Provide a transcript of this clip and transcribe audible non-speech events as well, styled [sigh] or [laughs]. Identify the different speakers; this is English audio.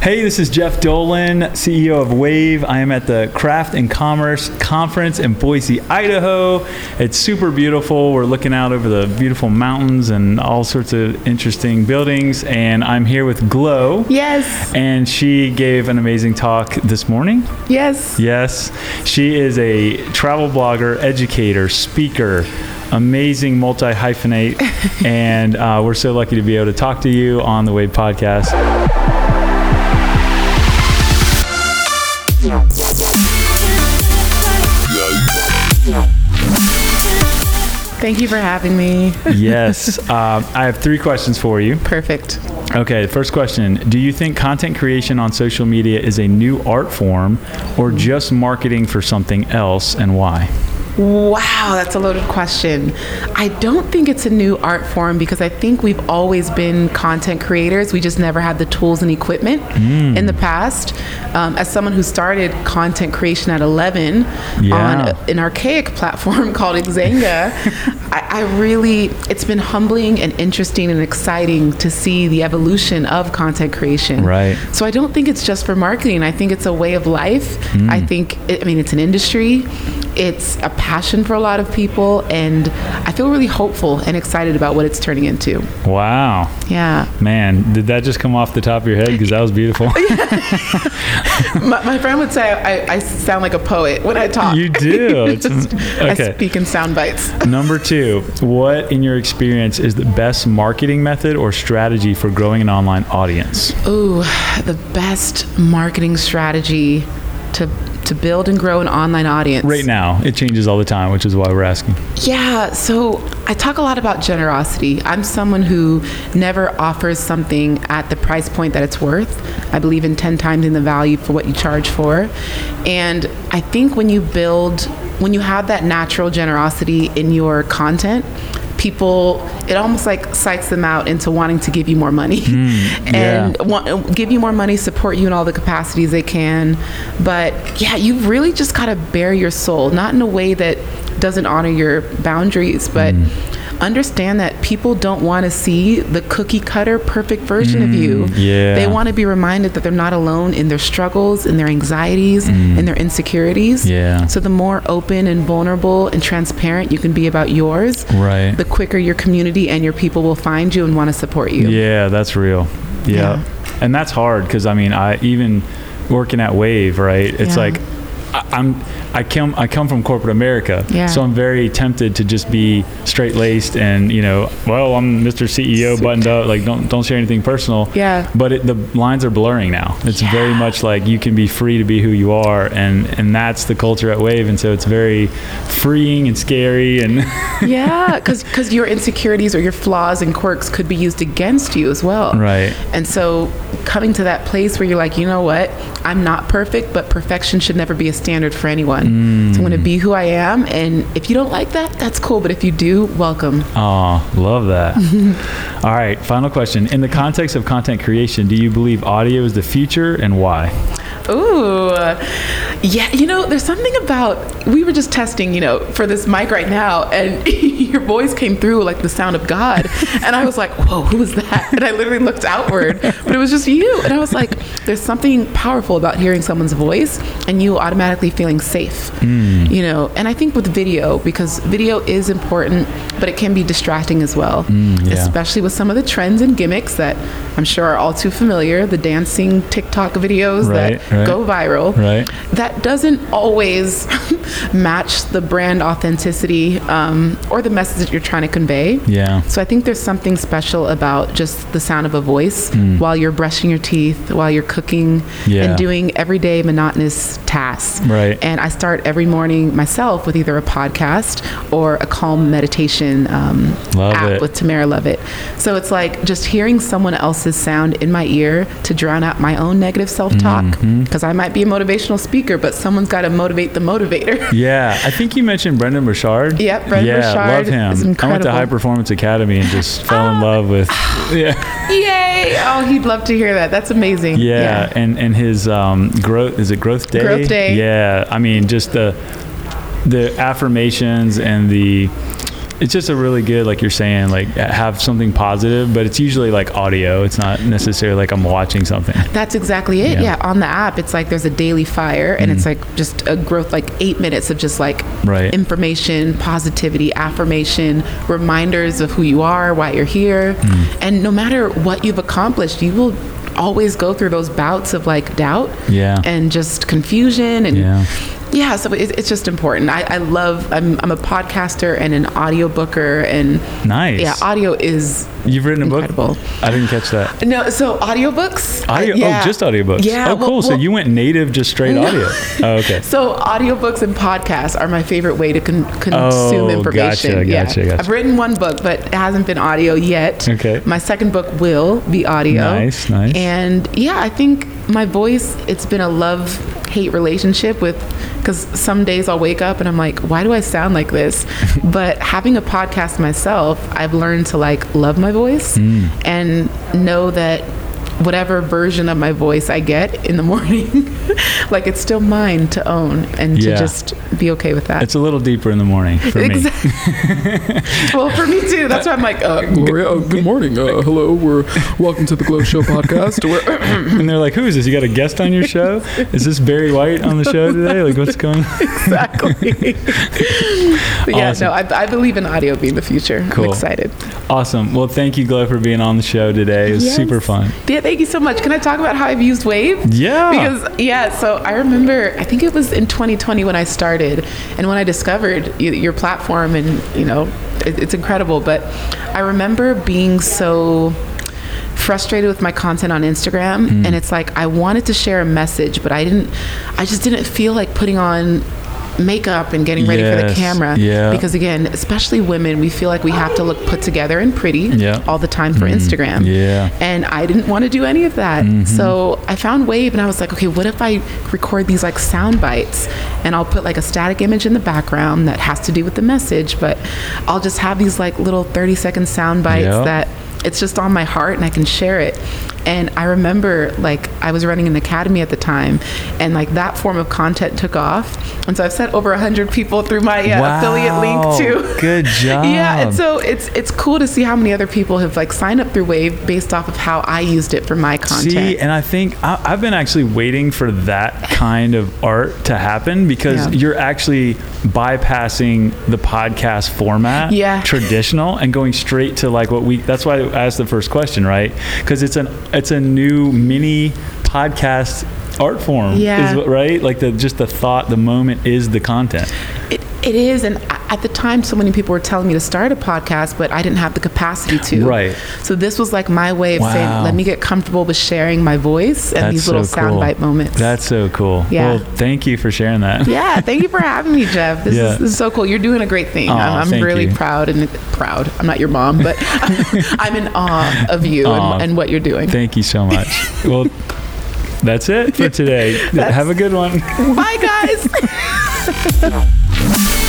Speaker 1: Hey, this is Jeff Dolan, CEO of Wave. I am at the Craft and Commerce Conference in Boise, Idaho. It's super beautiful. We're looking out over the beautiful mountains and all sorts of interesting buildings. And I'm here with Glow.
Speaker 2: Yes.
Speaker 1: And she gave an amazing talk this morning.
Speaker 2: Yes.
Speaker 1: Yes. She is a travel blogger, educator, speaker, amazing multi hyphenate. [laughs] and uh, we're so lucky to be able to talk to you on the Wave podcast.
Speaker 2: Thank you for having me.
Speaker 1: yes. Um, I have three questions for you.
Speaker 2: Perfect.
Speaker 1: Okay, first question Do you think content creation on social media is a new art form or just marketing for something else and why?
Speaker 2: Wow, that's a loaded question. I don't think it's a new art form because I think we've always been content creators. We just never had the tools and equipment in the past. Um, as someone who started content creation at 11 on
Speaker 1: Yeah.
Speaker 2: a- an archaic platform [laughs] called Xanga, I, I really, it's been humbling and interesting and exciting to see the evolution of content creation.
Speaker 1: Right.
Speaker 2: So I don't think it's just for marketing. I think it's a way of life.
Speaker 1: Hmm.
Speaker 2: I think, I mean, it's an industry, it's a passion for a lot of people, and I feel really hopeful and excited about what it's turning into.
Speaker 1: Wow.
Speaker 2: Yeah. [laughs]
Speaker 1: Man, did that just come off the top of your head? Because that was beautiful.
Speaker 2: my, my friend would say I, I sound like a poet when I talk.
Speaker 1: You
Speaker 2: [laughs]
Speaker 1: do. It's-
Speaker 2: Just-
Speaker 1: okay.
Speaker 2: I speak in sound bites.
Speaker 1: Number two, what in your experience is the best marketing method or strategy for growing an online audience?
Speaker 2: Ooh, the best marketing strategy to to build and grow an online audience.
Speaker 1: Right now, it changes all the time, which is why we're asking.
Speaker 2: Yeah, so I talk a lot about generosity. I'm someone who never offers something at the price point that it's worth. I believe in 10 times in the value for what you charge for. And I think when you build, when you have that natural generosity in your content, people, it almost like psychs them out into wanting to give you more money.
Speaker 1: Hmm, yeah.
Speaker 2: [laughs] and want, give you more money, support you in all the capacities they can. But yeah, you really just got to bare your soul, not in a way that doesn't honor your boundaries, but
Speaker 1: Mm.
Speaker 2: understand that people don't want to see the cookie cutter perfect version of you.
Speaker 1: Mm, yeah.
Speaker 2: They want to be reminded that they're not alone in their struggles, in their anxieties, in their insecurities.
Speaker 1: Mm. Yeah.
Speaker 2: So the more open and vulnerable and transparent you can be about yours,
Speaker 1: Right.
Speaker 2: the quicker your community and your people will find you and want to support you.
Speaker 1: Yeah, that's real. Yeah.
Speaker 2: Yeah.
Speaker 1: And that's hard because I mean, I even working at Wave, right? It's
Speaker 2: Yeah.
Speaker 1: like I, I'm I come I come from corporate America,
Speaker 2: Yeah.
Speaker 1: so I'm very tempted to just be straight laced and you know, well, I'm Mr. CEO buttoned up, like don't don't share anything personal.
Speaker 2: Yeah.
Speaker 1: But it, the lines are blurring now. It's very much like you can be free to be who you are, and and that's the culture at Wave, and so it's very freeing and scary
Speaker 2: [laughs]
Speaker 1: and.
Speaker 2: yeah, because your insecurities or your flaws and quirks could be used against you as well.
Speaker 1: Right.
Speaker 2: And so coming to that place where you're like, you know what, I'm not perfect, but perfection should never be a standard for anyone. So I'm going to be who I am. And if you don't like that, that's cool. But if you do, welcome.
Speaker 1: Oh, love that. [laughs] All right, final question. In the context of content creation, do you believe audio is the future and why?
Speaker 2: Ooh. Yeah, you know, there's something about we were just testing, you know, for this mic right now and [laughs] your voice came through like the sound of God. And I was like, "Whoa, who was that?" [laughs] And I literally looked outward, but it was just you. And I was like, there's something powerful about hearing someone's voice and you automatically feeling safe. You know, and I think with video because video is important, but it can be distracting as well.
Speaker 1: yeah.
Speaker 2: Especially with some of the trends and gimmicks that I'm sure are all too familiar, the dancing TikTok videos
Speaker 1: Right,
Speaker 2: that
Speaker 1: right.
Speaker 2: go viral.
Speaker 1: Right.
Speaker 2: That doesn't always [laughs] match the brand authenticity um, or the message that you're trying to convey.
Speaker 1: Yeah.
Speaker 2: So I think there's something special about just the sound of a voice while you're brushing your teeth, while you're cooking,
Speaker 1: Hmm. Yeah.
Speaker 2: and doing everyday monotonous tasks.
Speaker 1: Right.
Speaker 2: And I start every morning myself with either a podcast or a calm meditation um,
Speaker 1: Love
Speaker 2: app
Speaker 1: it.
Speaker 2: with Tamara Lovett. So it's like just hearing someone else's sound in my ear to drown out my own negative self talk.
Speaker 1: Mm-hmm.
Speaker 2: Because I might be a motivational speaker, but someone's got to motivate
Speaker 1: [laughs]
Speaker 2: the motivator. [laughs]
Speaker 1: Yeah, I think you mentioned Brendan Burchard.
Speaker 2: Yep, Brendan
Speaker 1: yeah,
Speaker 2: Burchard
Speaker 1: love
Speaker 2: is
Speaker 1: him. I went to
Speaker 2: incredible. Ah.
Speaker 1: High Performance Academy and just fell in love
Speaker 2: [sighs]
Speaker 1: with. Yeah,
Speaker 2: Yay! Oh, he'd love to hear that. That's amazing.
Speaker 1: yeah, and and his um, growth is it Growth Day?
Speaker 2: Growth Day.
Speaker 1: Yeah, I mean just the the affirmations and the it's just a really good like you're saying like have something positive but it's usually like audio it's not necessarily like i'm watching something
Speaker 2: That's exactly it.
Speaker 1: Yeah. Mm-hmm.
Speaker 2: Yeah. On the app, it's like there's a daily fire and it's like just a growth, like eight minutes of just like
Speaker 1: Right.
Speaker 2: information, positivity, affirmation, reminders of who you are, why you're here.
Speaker 1: Mm.
Speaker 2: And no matter what you've accomplished, you will always go through those bouts of like doubt
Speaker 1: Yeah.
Speaker 2: and just confusion and
Speaker 1: Yeah.
Speaker 2: yeah, so it, it's just important. I, I love, I'm, I'm a podcaster and an audiobooker and
Speaker 1: Nice.
Speaker 2: yeah, audio is
Speaker 1: you've written a
Speaker 2: Incredible.
Speaker 1: book i didn't catch that
Speaker 2: no, so audiobooks. I-
Speaker 1: audio
Speaker 2: yeah.
Speaker 1: oh just audiobooks
Speaker 2: Yeah.
Speaker 1: oh
Speaker 2: well-
Speaker 1: cool so
Speaker 2: well-
Speaker 1: you went native just straight
Speaker 2: No.
Speaker 1: audio oh, okay
Speaker 2: So audiobooks and podcasts are my favorite way to con- consume
Speaker 1: Oh,
Speaker 2: information.
Speaker 1: gotcha,
Speaker 2: yeah.
Speaker 1: gotcha, gotcha.
Speaker 2: I've written one book, but it hasn't been audio yet.
Speaker 1: Okay.
Speaker 2: My second book will be audio.
Speaker 1: Nice, nice.
Speaker 2: And yeah, I think my voice, it's been a love hate relationship with because some days I'll wake up and I'm like, why do I sound
Speaker 1: [laughs]
Speaker 2: like this? but having a podcast myself, I've learned to like love my voice
Speaker 1: Mm.
Speaker 2: and know that whatever version of my voice I get in the [laughs] morning, like it's still mine to own and
Speaker 1: Yeah.
Speaker 2: to just be okay with that.
Speaker 1: it's a little deeper in the morning for me
Speaker 2: Exact- [laughs] well, for me too. That's why I'm like, uh,
Speaker 3: Gloria, oh, good morning. Uh, hello, we're welcome to the Glow Show podcast. We're,
Speaker 1: and they're like who is this you got a guest on your show is this barry white on the show today like what's going on
Speaker 2: exactly. but yeah,
Speaker 1: Awesome.
Speaker 2: no, I, I believe in audio being the future.
Speaker 1: Cool.
Speaker 2: I'm excited.
Speaker 1: awesome well thank you glow for being on the show today it was
Speaker 2: Yes.
Speaker 1: super fun
Speaker 2: Yeah, thank you so much. Can I talk about how I've used Wave?
Speaker 1: yeah
Speaker 2: Because yeah, so I remember I think it was in 2020 when I started, and when I discovered y- your platform, and you know, it, it's incredible. But I remember being so frustrated with my content on Instagram,
Speaker 1: Mm.
Speaker 2: and it's like I wanted to share a message, but I didn't. I just didn't feel like putting on makeup and getting ready for the
Speaker 1: Yes,
Speaker 2: camera
Speaker 1: yeah.
Speaker 2: because again especially women we feel like we have to look put together and pretty
Speaker 1: Yeah. Mm.
Speaker 2: all the time for instagram
Speaker 1: Yeah. Mm-hmm.
Speaker 2: and I didn't want to do any of that. So I found Wave and I was like, okay, what if I record these like sound bites and I'll put like a static image in the background that has to do with the message, but I'll just have these like little 30 second sound bites
Speaker 1: Yeah.
Speaker 2: that it's just on my heart and I can share it. And I remember like I was running an academy at the time and like that form of content took off. And so I've sent over 100 people through my uh, affiliate
Speaker 1: Wow.
Speaker 2: link too.
Speaker 1: Good job.
Speaker 2: [laughs] yeah, and so it's it's cool to see how many other people have like signed up through Wave based off of how I used it for my content.
Speaker 1: See, and I think I, I've been actually waiting for that kind of art to happen because
Speaker 2: Yeah.
Speaker 1: you're actually bypassing the podcast format,
Speaker 2: Yeah.
Speaker 1: traditional, and going straight to like what we. That's why I asked the first question, right? Because it's an it's a new mini podcast art form,
Speaker 2: Yeah.
Speaker 1: is what, right? Like the just the thought, the moment is the content.
Speaker 2: it, it is, and a- at the time, so many people were telling me to start a podcast, but I didn't have the capacity to.
Speaker 1: Right.
Speaker 2: So this was like my way of
Speaker 1: Wow.
Speaker 2: saying, let me get comfortable with sharing my voice and
Speaker 1: That's
Speaker 2: these little
Speaker 1: so cool.
Speaker 2: soundbite moments.
Speaker 1: That's so cool.
Speaker 2: Yeah.
Speaker 1: Well, thank you for sharing that.
Speaker 2: yeah, thank you for having me, Jeff. This,
Speaker 1: Yeah.
Speaker 2: is, this is so cool. You're doing a great thing.
Speaker 1: Aw,
Speaker 2: I'm, I'm
Speaker 1: thank
Speaker 2: really
Speaker 1: you.
Speaker 2: proud and proud. I'm not your mom,
Speaker 1: [laughs]
Speaker 2: but [laughs] I'm in awe of you
Speaker 1: Aw.
Speaker 2: and, and what you're doing.
Speaker 1: Thank you so much. well, that's [laughs]
Speaker 2: [laughs]
Speaker 1: it for today. Have a good one.
Speaker 2: Bye, guys.